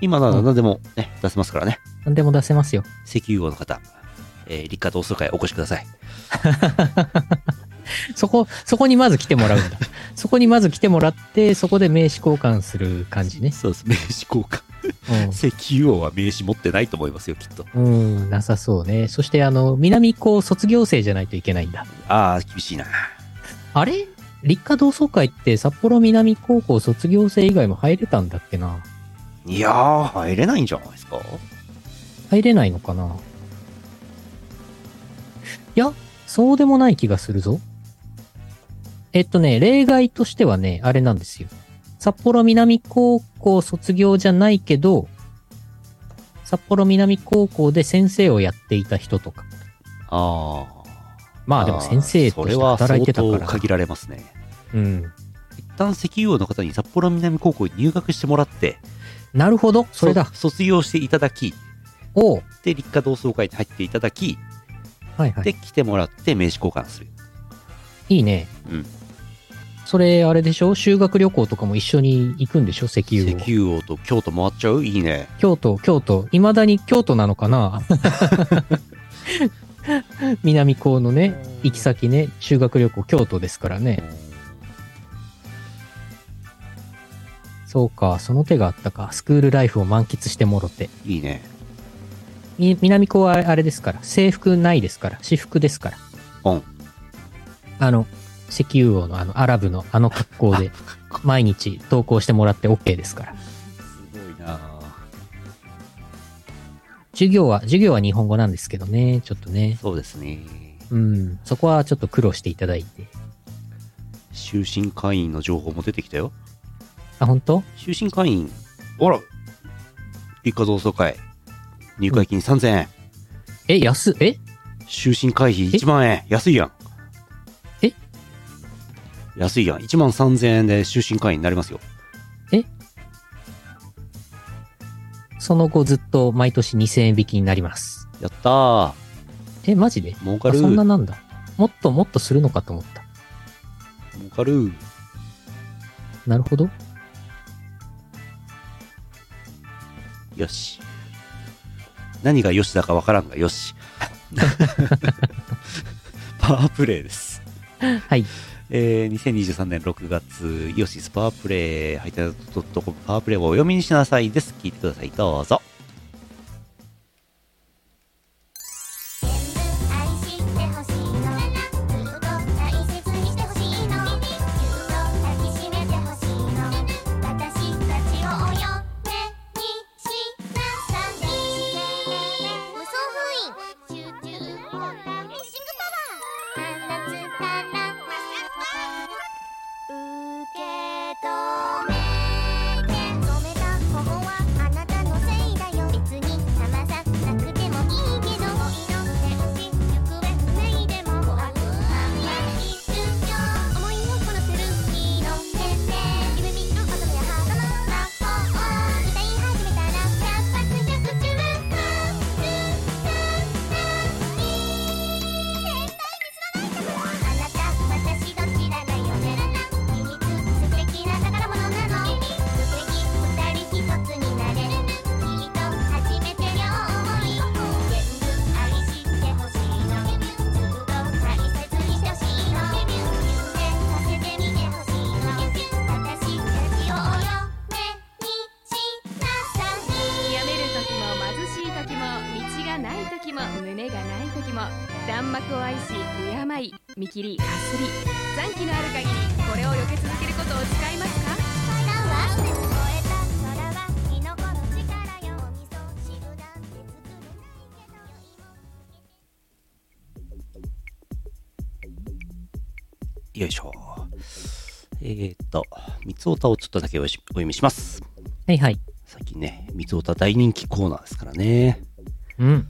[SPEAKER 2] 今なら何でもね、出せますからね。
[SPEAKER 1] 何でも出せますよ。
[SPEAKER 2] 石油王の方、えー立夏同窓会お越しください。
[SPEAKER 1] そこ、そこにまず来てもらうんだ。そこにまず来てもらって、そこで名刺交換する感じね。
[SPEAKER 2] そうです。名刺交換。石油王は名刺持ってないと思いますよ、きっと。
[SPEAKER 1] うん。うん、なさそうね。そして、あの、南高卒業生じゃないといけないんだ。
[SPEAKER 2] ああ、厳しいな。
[SPEAKER 1] あれ立夏同窓会って札幌南高校卒業生以外も入れたんだっけない
[SPEAKER 2] やー、入れないんじゃないですか
[SPEAKER 1] 入れないのかないや、そうでもない気がするぞ。えっとね、例外としてはね、あれなんですよ。札幌南高校卒業じゃないけど、札幌南高校で先生をやっていた人とか。
[SPEAKER 2] あ
[SPEAKER 1] ま
[SPEAKER 2] あ
[SPEAKER 1] あでも先生
[SPEAKER 2] そ
[SPEAKER 1] と
[SPEAKER 2] れ
[SPEAKER 1] して
[SPEAKER 2] は
[SPEAKER 1] 働
[SPEAKER 2] 相
[SPEAKER 1] いてた
[SPEAKER 2] 当
[SPEAKER 1] から。
[SPEAKER 2] 限られますね。
[SPEAKER 1] うん。
[SPEAKER 2] 一旦石油王の方に札幌南高校に入学してもらって、
[SPEAKER 1] なるほど、それだ。
[SPEAKER 2] そ卒業していただき、
[SPEAKER 1] おう。
[SPEAKER 2] で、立夏同窓会に入っていただき、
[SPEAKER 1] はいはい。
[SPEAKER 2] で、来てもらって名刺交換する。
[SPEAKER 1] いいね。
[SPEAKER 2] うん
[SPEAKER 1] それ、あれでしょ修学旅行とかも一緒に行くんでしょ石油を。
[SPEAKER 2] 石油王と京都回っちゃういいね。
[SPEAKER 1] 京都、京都。未だに京都なのか な南高のね、行き先ね、修学旅行京都ですからね。そうか、その手があったか。スクールライフを満喫してもろて。
[SPEAKER 2] いいね。
[SPEAKER 1] み南高はあれですから、制服ないですから、私服ですから。
[SPEAKER 2] うん。
[SPEAKER 1] あの、石油王のあの、アラブのあの格好で、毎日投稿してもらって OK ですから。
[SPEAKER 2] すごいな
[SPEAKER 1] 授業は、授業は日本語なんですけどね、ちょっとね。
[SPEAKER 2] そうですね。
[SPEAKER 1] うん、そこはちょっと苦労していただいて。
[SPEAKER 2] 終身会員の情報も出てきたよ。
[SPEAKER 1] あ、本当？
[SPEAKER 2] 終身会員、あら、立夏同窓会、入会金3000円、
[SPEAKER 1] え、安、え
[SPEAKER 2] 終身会費1万円、安いやん。
[SPEAKER 1] え
[SPEAKER 2] 安いやん。1万3000円で終身会員になりますよ。
[SPEAKER 1] その後ずっと毎年2000円引きになります。
[SPEAKER 2] やったー。
[SPEAKER 1] え、マジで
[SPEAKER 2] 儲か
[SPEAKER 1] あ、
[SPEAKER 2] る。
[SPEAKER 1] そんな
[SPEAKER 2] 儲
[SPEAKER 1] なんだ。もっともっとするのかと思った。
[SPEAKER 2] かる。
[SPEAKER 1] なるほど。
[SPEAKER 2] よし。何がよしだかわからんがよし。パワープレイです。
[SPEAKER 1] はい。
[SPEAKER 2] えー、2023年6月、イオシスパワープレイ、ハイタイドットコムパワープレイをお読みにしなさいです。聞いてください。どうぞ。
[SPEAKER 4] 「愛してほしいの」「ずっと大切にしてほしいの」「ぎゅっと抱きしめてほしいの」「私たちをお嫁にしなさい」
[SPEAKER 5] 胸がない時も弾幕を愛し敬い見切りかすり残機のある限りこれを避け続けることを誓いますか
[SPEAKER 4] 空は燃えた空はキノコの力よみそ汁なんて作れないけど
[SPEAKER 2] よいしょ。えー、っと、三つおたをちょっとだけおしお読みします。
[SPEAKER 1] はいはい。
[SPEAKER 2] 最近ね、三つおた大人気コーナーですからね。
[SPEAKER 1] うん。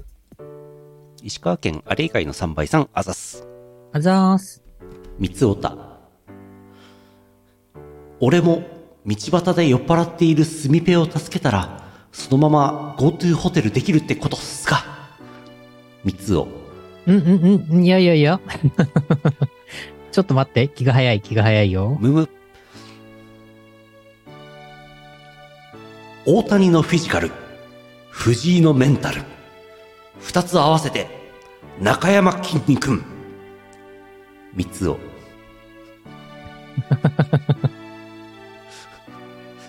[SPEAKER 2] 石川県あれ以外の3倍さん、あざっす。
[SPEAKER 1] あざーす。
[SPEAKER 2] 三つおた。俺も道端で酔っ払っているスミペを助けたら、そのまま GoTo ホテルできるってことっすか三つお。
[SPEAKER 1] うんうんうん。いやいやい や。ちょっと待って。気が早い気が早いよ。
[SPEAKER 2] むむ。大谷のフィジカル、藤井のメンタル、二つ合わせて、中山きんに君。三つを。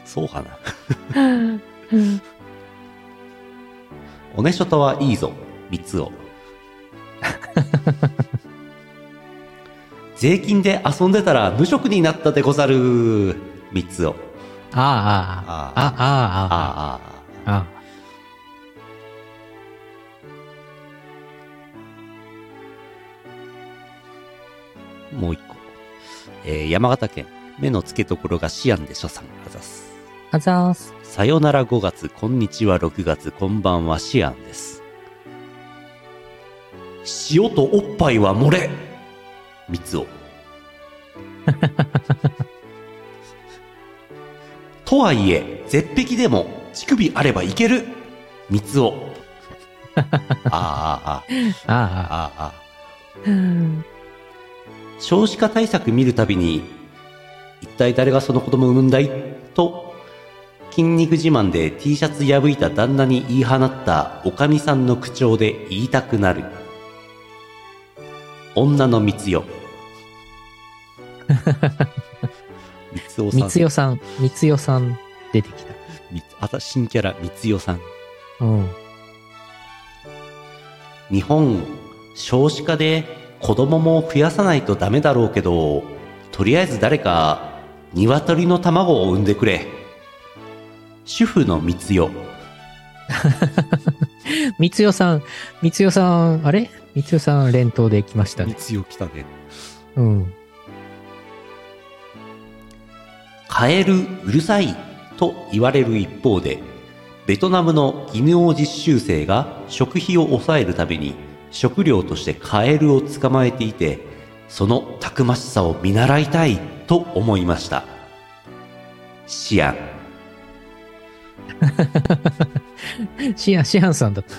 [SPEAKER 2] そうかな。おねしょとはいいぞ、三つを。税金で遊んでたら無職になったでござる、三つを。
[SPEAKER 1] あああああああ
[SPEAKER 2] ああ。
[SPEAKER 1] あああ。
[SPEAKER 2] もう一個。えー山形県、目の付けどころがシアンで所さん、あざす。
[SPEAKER 1] あざーす。
[SPEAKER 2] さよなら5月、こんにちは6月、こんばんはシアンです。塩とおっぱいは漏れ三つを。とはいえ、絶壁でも乳首あればいける三つを。あーあー、あ
[SPEAKER 1] あ
[SPEAKER 2] ー
[SPEAKER 1] あ。
[SPEAKER 2] あーあー。
[SPEAKER 1] うん
[SPEAKER 2] 少子化対策見るたびに、一体誰がその子供を産むんだいと、筋肉自慢で T シャツ破いた旦那に言い放ったおかみさんの口調で言いたくなる。女の三 つよ。三つおさん。
[SPEAKER 1] 三つよさん、三つよさん出てき
[SPEAKER 2] みつあた新キャラ、三つよさん。
[SPEAKER 1] た。うん。
[SPEAKER 2] 日本少子化で子供も増やさないとダメだろうけどとりあえず誰か鶏の卵を産んでくれ主婦の三つよ
[SPEAKER 1] 三つよさん、三つよさん、あれ三つよさん連投で来ましたね。
[SPEAKER 2] つよ来たね
[SPEAKER 1] うん。
[SPEAKER 2] カエルうるさいと言われる一方でベトナムの技能実習生が食費を抑えるために食料としてカエルを捕まえていてそのたくましさを見習いたいと思いましたシアン
[SPEAKER 1] シアン、シアンさんだ った。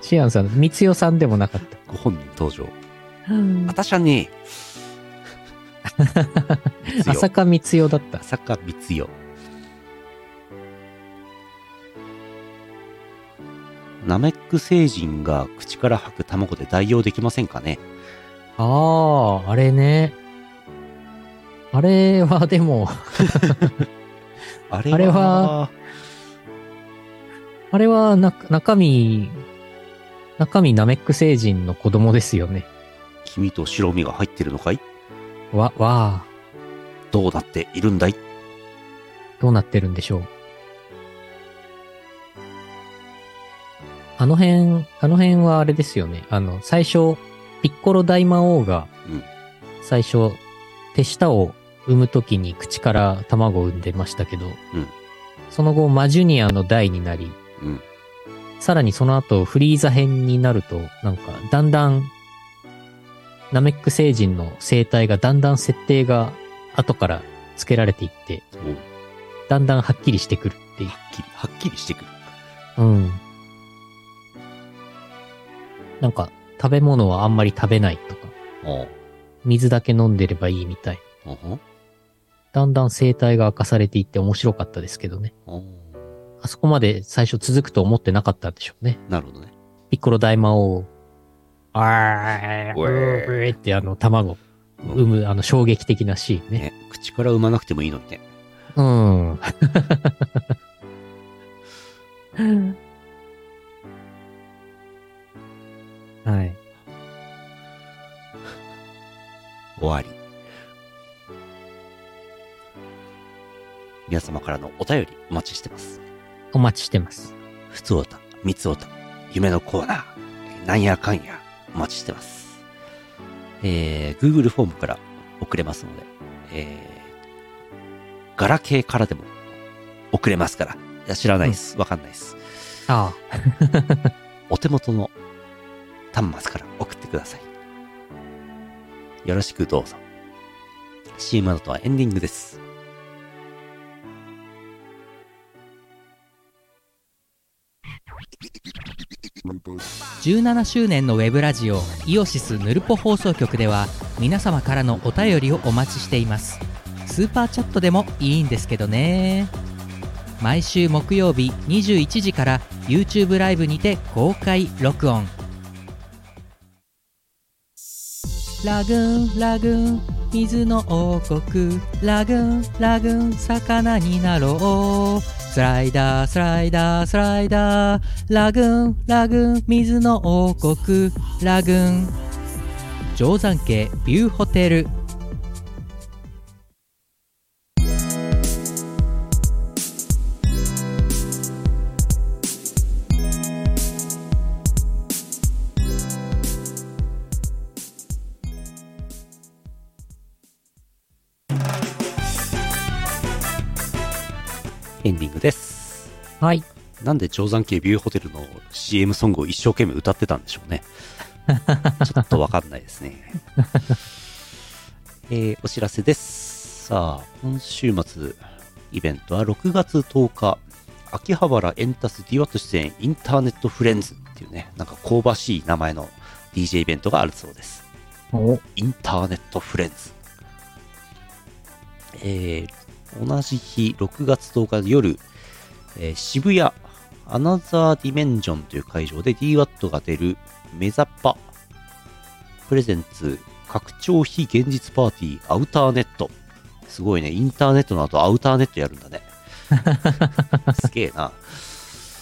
[SPEAKER 1] シアンさん、三つよさんでもなかった。
[SPEAKER 2] ご本人登場
[SPEAKER 1] うん
[SPEAKER 2] 私はね、三
[SPEAKER 1] 浅
[SPEAKER 2] 代
[SPEAKER 1] 香三つよだった。
[SPEAKER 2] 浅香光代。ナメック星人が口から吐く卵で代用できませんかね
[SPEAKER 1] ああ、あれね。あれはでも、
[SPEAKER 2] あれ
[SPEAKER 1] あれはあれはな、中身、中身ナメック星人の子供ですよね。
[SPEAKER 2] 黄身と白身が入ってるのかい
[SPEAKER 1] わ、わあ、
[SPEAKER 2] どうなっているんだい
[SPEAKER 1] どうなってるんでしょう。あの辺、あの辺はあれですよね。あの、最初、ピッコロ大魔王が
[SPEAKER 2] うん、
[SPEAKER 1] 最初、手下を産むときに口から卵を産んでましたけど、
[SPEAKER 2] ん
[SPEAKER 1] その後、マジュニアの代になり、
[SPEAKER 2] うん
[SPEAKER 1] さらにその後、フリーザ編になると、なんか、だんだん、ナメック星人の生態がだんだん設定が後から付けられていって、
[SPEAKER 2] お
[SPEAKER 1] だんだんはっきりしてくるっていう。
[SPEAKER 2] はっきり、はっきりしてくる。
[SPEAKER 1] うん。なんか、食べ物はあんまり食べないとか、
[SPEAKER 2] おう
[SPEAKER 1] 水だけ飲んでればいいみたい。
[SPEAKER 2] おう
[SPEAKER 1] だんだん生態が明かされていって面白かったですけどね。
[SPEAKER 2] おう
[SPEAKER 1] あそこまで最初続くと思ってなかったんでしょうね。
[SPEAKER 2] なるほどね。
[SPEAKER 1] ピッコロ大魔王。あー、
[SPEAKER 2] うえー
[SPEAKER 1] うえーってあの、卵、
[SPEAKER 2] うん
[SPEAKER 1] 産む、あの、衝撃的なシーンね。
[SPEAKER 2] ね口から産まなくてもいいのにね。
[SPEAKER 1] うん。 はい。
[SPEAKER 2] 終わり。皆様からのお便りお待ちしてます。
[SPEAKER 1] お待ちしてます。
[SPEAKER 2] ふつおた、みつおた、夢のコーナー、えーなんやかんや、お待ちしてます。えー、Google フォームから送れますので、えー、ガラケーからでも送れますから。いや、知らないです。わかんないです。
[SPEAKER 1] あ
[SPEAKER 2] お手元の端末から送ってください。よろしくどうぞ。CM の後はエンディングです。
[SPEAKER 3] 17周年のウェブラジオイオシスヌルポ放送局では皆様からのお便りをお待ちしていますスーパーチャットでもいいんですけどね毎週木曜日21時から YouTube ライブにて公開録音ラグーンラグーン水の王国ラグーンラグーン魚になろうスライダースライダースライダーラグーンラグーン水の王国ラグーン定山渓ビューホテル
[SPEAKER 2] エンディングです。
[SPEAKER 1] あ。はい。
[SPEAKER 2] なんで定山渓ビューホテルの CM ソングを一生懸命歌ってたんでしょうね。ちょっとわかんないですね。えーお知らせです。さあ、今週末、イベントは6月10日、秋葉原エンタス DWAT 出演インターネットフレンズっていうね、なんか香ばしい名前の DJ イベントがあるそうです。
[SPEAKER 1] お
[SPEAKER 2] インターネットフレンズ。えー同じ日、6月10日夜、えー渋谷、アナザーディメンジョンという会場で DWAT が出るメザパ、プレゼンツ、拡張非現実パーティー、アウターネット。すごいね、インターネットの後、アウターネットやるんだ ね。すげえな。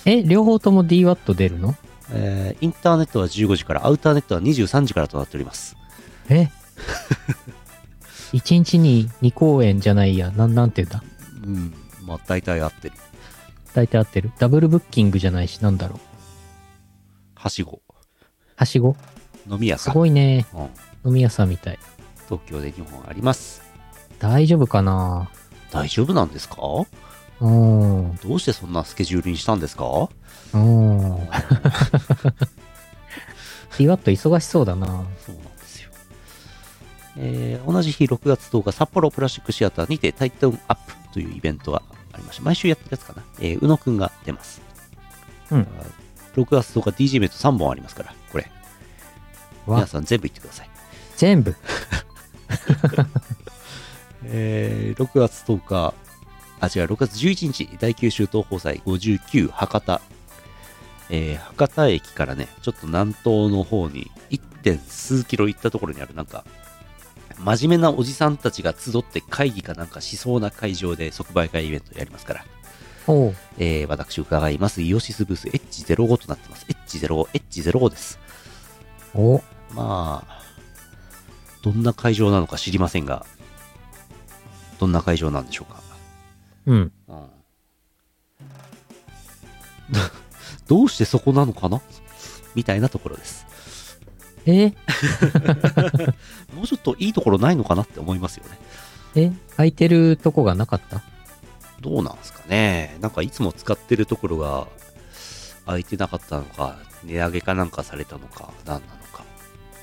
[SPEAKER 1] え、両方とも DWAT 出るの
[SPEAKER 2] えーインターネットは15時から、アウターネットは23時からとなっております。
[SPEAKER 1] え一日に2公演じゃないや。なん、なんて言うんだ
[SPEAKER 2] うん、まあ大体合ってる。
[SPEAKER 1] 大体合ってる。ダブルブッキングじゃないし、なんだろう。
[SPEAKER 2] はしご。
[SPEAKER 1] はしご
[SPEAKER 2] 飲み屋
[SPEAKER 1] す
[SPEAKER 2] さん。
[SPEAKER 1] ごいね。
[SPEAKER 2] うん、
[SPEAKER 1] 飲み屋さんみたい。
[SPEAKER 2] 東京で2本あります。
[SPEAKER 1] 大丈夫かな
[SPEAKER 2] 大丈夫なんですかど
[SPEAKER 1] うん。
[SPEAKER 2] うしてそんなスケジュールにしたんですか
[SPEAKER 1] うん。DWAT 忙しそうだな。
[SPEAKER 2] そうなんですよ。えー同じ日6月10日、札幌プラスチックシアターにてタイトンアップというイベントがありました。毎週やってるやつかな。えー宇野くんが出ます。
[SPEAKER 1] うん
[SPEAKER 2] 6月10日 DJ イベント3本ありますから、これ。
[SPEAKER 1] わ
[SPEAKER 2] 皆さん全部行ってください。
[SPEAKER 1] 全部。
[SPEAKER 2] えー6月10日、あ、違う、6月11日、第九州東宝祭59博多。えー博多駅からね、ちょっと南東の方に 1. 点数キロ行ったところにあるなんか、真面目なおじさんたちが集って会議かなんかしそうな会場で即売会イベントやりますから、
[SPEAKER 1] おう。
[SPEAKER 2] えー私伺います、イオシスブース H05 となってます。H05、H05 です。
[SPEAKER 1] お。
[SPEAKER 2] まあ、どんな会場なのか知りませんが、どんな会場なんでしょうか。
[SPEAKER 1] うん。
[SPEAKER 2] うんどどうしてそこなのかなみたいなところです。
[SPEAKER 1] え
[SPEAKER 2] もうちょっといいところないのかなって思いますよね。
[SPEAKER 1] え空いてるとこがなかった
[SPEAKER 2] どうなんすかねなんかいつも使ってるところが空いてなかったのか、値上げかなんかされたのか、何なのか。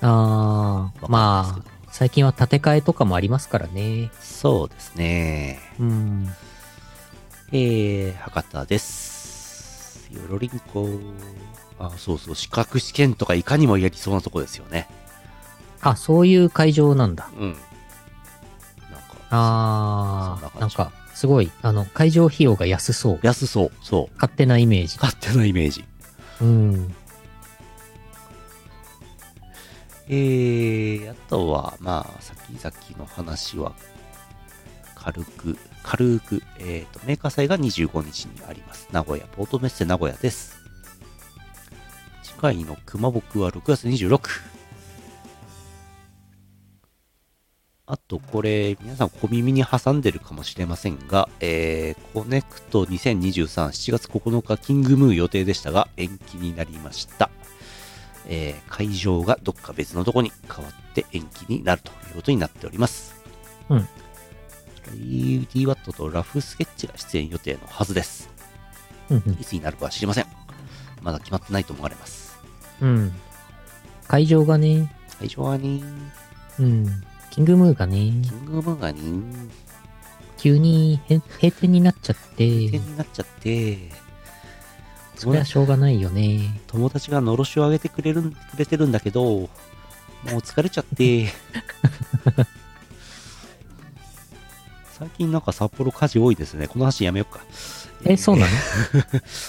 [SPEAKER 1] あ
[SPEAKER 2] わ
[SPEAKER 1] ー、
[SPEAKER 2] かんない
[SPEAKER 1] ま
[SPEAKER 2] ですけど
[SPEAKER 1] あ、最近は建て替えとかもありますからね。
[SPEAKER 2] そうですね。
[SPEAKER 1] うん。
[SPEAKER 2] えー、博多です。よろりんこ。あ、そうそう、資格試験とかいかにもやりそうなとこですよね。
[SPEAKER 1] あ、そういう会場なんだ。
[SPEAKER 2] うん。なんか、
[SPEAKER 1] あ
[SPEAKER 2] そん
[SPEAKER 1] ー、
[SPEAKER 2] な感
[SPEAKER 1] なん
[SPEAKER 2] じ
[SPEAKER 1] か、すごい、あの、会場費用が安そう。
[SPEAKER 2] 安そう、そう。
[SPEAKER 1] 勝手なイメージ。
[SPEAKER 2] 勝手なイメージ。
[SPEAKER 1] うん。
[SPEAKER 2] えー、あとは、まあ、先々の話は、軽く、軽く、えっ、と、メーカー祭が25日にあります。名古屋、ポートメッセ名古屋です。こち回の熊僕は6月26。あと、これ、皆さん小耳に挟んでるかもしれませんが、えー、コネクト20237月9日、キングムー予定でしたが、延期になりました。えー、会場がどっか別のとこに変わって延期になるということになっております。
[SPEAKER 1] うん。
[SPEAKER 2] DWAT とラフスケッチが出演予定のはずです。
[SPEAKER 1] うん
[SPEAKER 2] いつになるかは知りません。まだ決まってないと思われます。
[SPEAKER 1] うん。うん。会場がね、
[SPEAKER 2] 最初はに、
[SPEAKER 1] うん。キングムーがね、
[SPEAKER 2] キングムーンがに、
[SPEAKER 1] 急にへ閉店になっちゃって
[SPEAKER 2] 点、になっちゃって、
[SPEAKER 1] それはしょうがないよね。
[SPEAKER 2] 友達がのろしを上げてくれるん、くれてるんだけど、もう疲れち ゃって。最近なんか札幌火事多いですね。この話やめようか。
[SPEAKER 1] え、そう なの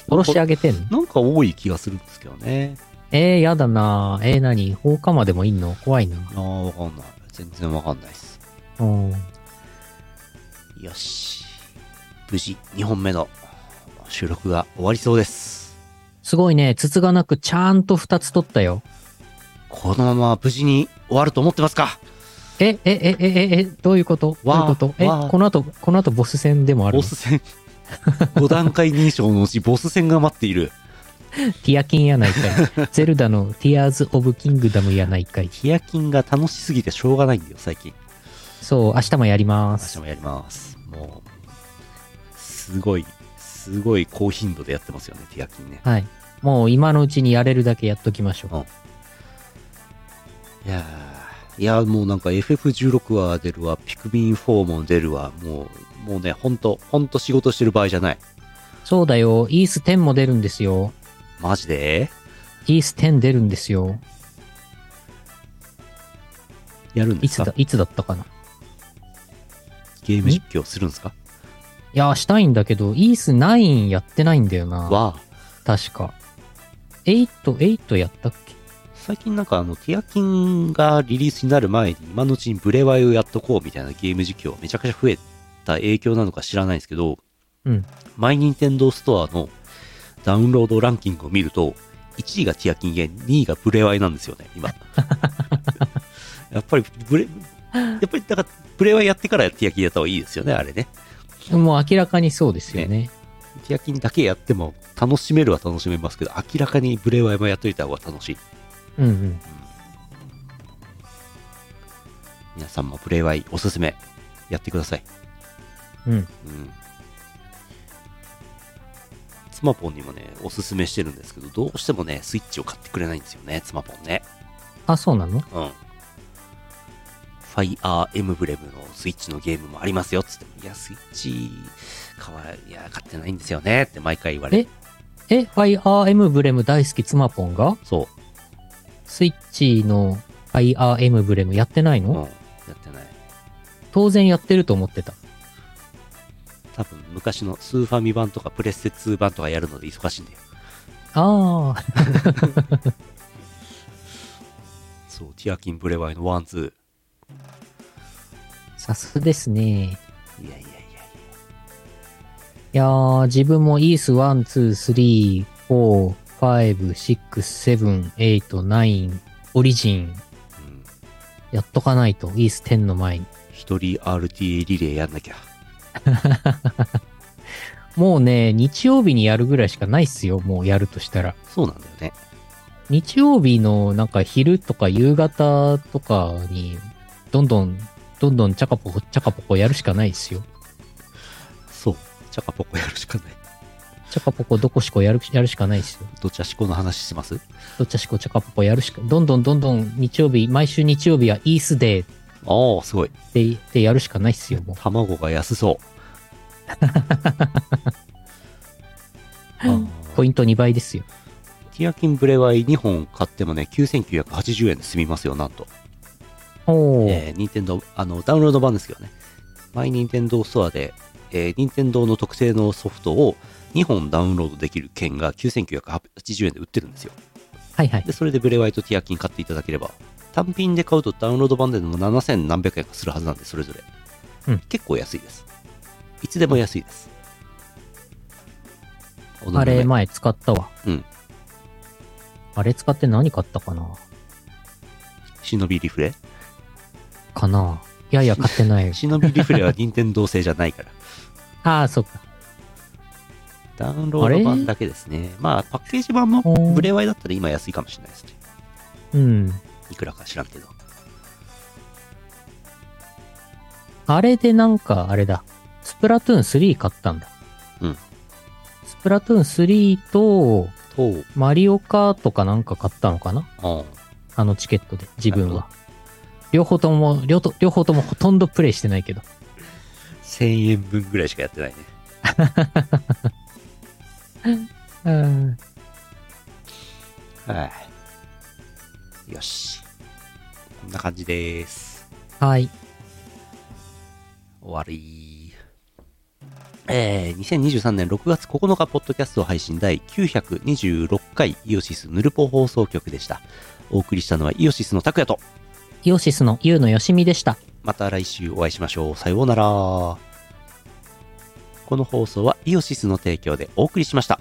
[SPEAKER 1] おろし上げてんの
[SPEAKER 2] なんか多い気がするんですけどね。
[SPEAKER 1] えー、やだなえー、何放火魔でもいんの怖いな
[SPEAKER 2] ああ、わかんない。全然わかんないです。
[SPEAKER 1] うん。
[SPEAKER 2] よし。無事、2本目の収録が終わりそうです。
[SPEAKER 1] すごいね、筒がなくちゃんと2つ取ったよ。
[SPEAKER 2] このまま無事に終わると思ってますか
[SPEAKER 1] え、え、え、え、え、え、どういうことどう
[SPEAKER 2] わ
[SPEAKER 1] い
[SPEAKER 2] あ
[SPEAKER 1] うことえ、
[SPEAKER 2] わあ
[SPEAKER 1] この後、この後ボス戦でもある
[SPEAKER 2] ボ
[SPEAKER 1] の
[SPEAKER 2] ス戦。5段階認証のうちボス戦が待っている。
[SPEAKER 1] ティアキンやないか い。ゼルダのティアーズ・オブ・キングダムやないかい。
[SPEAKER 2] ヒヤキンが楽しすぎてしょうがないんだよ、最近。
[SPEAKER 1] そう、明日もやりま
[SPEAKER 2] 明日
[SPEAKER 1] す。
[SPEAKER 2] もやります。もう、すごい、すごい高頻度でやってますよね、ヒヤキンね。
[SPEAKER 1] はい。もう今のうちにやれるだけやっときましょう。
[SPEAKER 2] いやーいやーもうなんか FF16 は出るわ、ピクミン4も出るわ、もう、もうね、ほんと、ほんと仕事してる場合じゃない。
[SPEAKER 1] そうだよ、イース10も出るんですよ。
[SPEAKER 2] マジで
[SPEAKER 1] イース10出るんですよ。
[SPEAKER 2] やるんで
[SPEAKER 1] い
[SPEAKER 2] す
[SPEAKER 1] つ
[SPEAKER 2] か
[SPEAKER 1] だ、いつだったかな。
[SPEAKER 2] ゲーム実況するんですか
[SPEAKER 1] いや、したいんだけど、イース9やってないんだよな。
[SPEAKER 2] わあ
[SPEAKER 1] 確か。8、8やったっけ
[SPEAKER 2] 最近なんかあの、ティアキンがリリースになる前に今のうちにブレワイをやっとこうみたいなゲーム実況がめちゃくちゃ増えた影響なのか知らないんですけど、
[SPEAKER 1] うん。
[SPEAKER 2] マイニンテンドーストアのダウンロードランキングを見ると、1位がティアキンゲー2位がブレワイなんですよね、 今。やっぱりブレ、やっぱりだから、ブレワイやってからティアキンやった方がいいですよね、あれね。
[SPEAKER 1] もう明らかにそうですよね。
[SPEAKER 2] ティアキンだけやっても楽しめるは楽しめますけど、明らかにブレワイもやっといた方が楽しい。
[SPEAKER 1] うんうん。
[SPEAKER 2] 皆さんもプレイワイおすすめやってください。
[SPEAKER 1] うん。
[SPEAKER 2] うん。妻ポンにもね、おすすめしてるんですけど、どうしてもね、スイッチを買ってくれないんですよね、妻ポンね。
[SPEAKER 1] あ、そうなの
[SPEAKER 2] うん。ファイアーエムブレムのスイッチのゲームもありますよ、つって。いや、スイッチ、かわいい、や、買ってないんですよね、って毎回言われる。
[SPEAKER 1] え、ファイアーエムブレム大好き妻ポンが
[SPEAKER 2] そ。
[SPEAKER 1] スイッチのファイアーエムブレムやってないう
[SPEAKER 2] う
[SPEAKER 1] の、
[SPEAKER 2] ん。やってない。
[SPEAKER 1] 当然やってると思ってた。
[SPEAKER 2] 多分、昔のスーファミ版とかプレステ2版とかやるので忙しいんだよ。
[SPEAKER 1] ああ、
[SPEAKER 2] そう、ティアキンブレワイのワン、ツー。
[SPEAKER 1] さすですね。
[SPEAKER 2] いやいやいや
[SPEAKER 1] いやー、自分もイース1、2、3、4、5、6、7、8、9、オリジン、
[SPEAKER 2] うん
[SPEAKER 1] やっとかないと、イース10の前に。
[SPEAKER 2] 一人 RTA リレーやんなきゃ
[SPEAKER 1] もうね、日曜日にやるぐらいしかないっすよ、もうやるとしたら。
[SPEAKER 2] そうなんだよね
[SPEAKER 1] 日曜日のなんか昼とか夕方とかに、どんどん、どんどんチャカポコ、チャカポコやるしかないですよ。
[SPEAKER 2] そうチャカポコやるしかない
[SPEAKER 1] チャカポコどこしこやる、やるしかないですよ。
[SPEAKER 2] どちゃしこの話してます
[SPEAKER 1] どっちゃしこチャカポコやるしか、どんどんどんどん日曜日、毎週日曜日はイースデーっ
[SPEAKER 2] ああすごい
[SPEAKER 1] て、でやるしかないですよ、もう。
[SPEAKER 2] 卵が安そう ああ
[SPEAKER 1] ポイント2倍ですよ。
[SPEAKER 2] ティアキンブレワイ2本買ってもね9980円で済みますよなんと
[SPEAKER 1] おー。
[SPEAKER 2] えー、任天堂あのダウンロード版ですけどねマイ任天堂ストアで、えー、任天堂の特製のソフトを2本ダウンロードできる券が9980円で売ってるんですよ
[SPEAKER 1] はいはい。
[SPEAKER 2] で、それでブレワイとティアキン買っていただければ、単品で買うとダウンロード版でも7000何百円かするはずなんで、それぞれ。
[SPEAKER 1] うん
[SPEAKER 2] 結構安いです。いつでも安いです。お
[SPEAKER 1] あ
[SPEAKER 2] な
[SPEAKER 1] れ、前使ったわ。
[SPEAKER 2] うん。
[SPEAKER 1] あれ使って何買ったかな
[SPEAKER 2] 忍びリフレ。
[SPEAKER 1] かないやいや、買ってないよ
[SPEAKER 2] 忍びリフレは 任天堂製じゃないから。
[SPEAKER 1] ああ、そっか。
[SPEAKER 2] ダウンロード版だけですね。まあ、パッケージ版も
[SPEAKER 1] おー
[SPEAKER 2] ブレワイだったら今安いかもしれないですね。
[SPEAKER 1] うん。
[SPEAKER 2] いくらか知らんけど。
[SPEAKER 1] あれでなんか、あれだ。スプラトゥーン3買ったんだ。
[SPEAKER 2] うん。
[SPEAKER 1] スプラトゥーン3と、
[SPEAKER 2] と、
[SPEAKER 1] マリオカートかなんか買ったのかな
[SPEAKER 2] あ
[SPEAKER 1] あのチケットで、自分
[SPEAKER 2] なる
[SPEAKER 1] は。両方とも、両と両方ともほとんどプレイしてないけど。
[SPEAKER 2] 1000円分ぐらいしかやってないね。
[SPEAKER 1] うん。
[SPEAKER 2] はい。よし。こんな感じです。
[SPEAKER 1] はい。
[SPEAKER 2] 終わり。えー、2023年6月9日、ポッドキャスト配信第926回、イオシスヌルポ放送局でした。お送りしたのはイオシスの拓也と、
[SPEAKER 1] イオシスのユウのよしみでした。
[SPEAKER 2] また来週お会いしましょう。さようなら。この放送はイオシスの提供でお送りしました。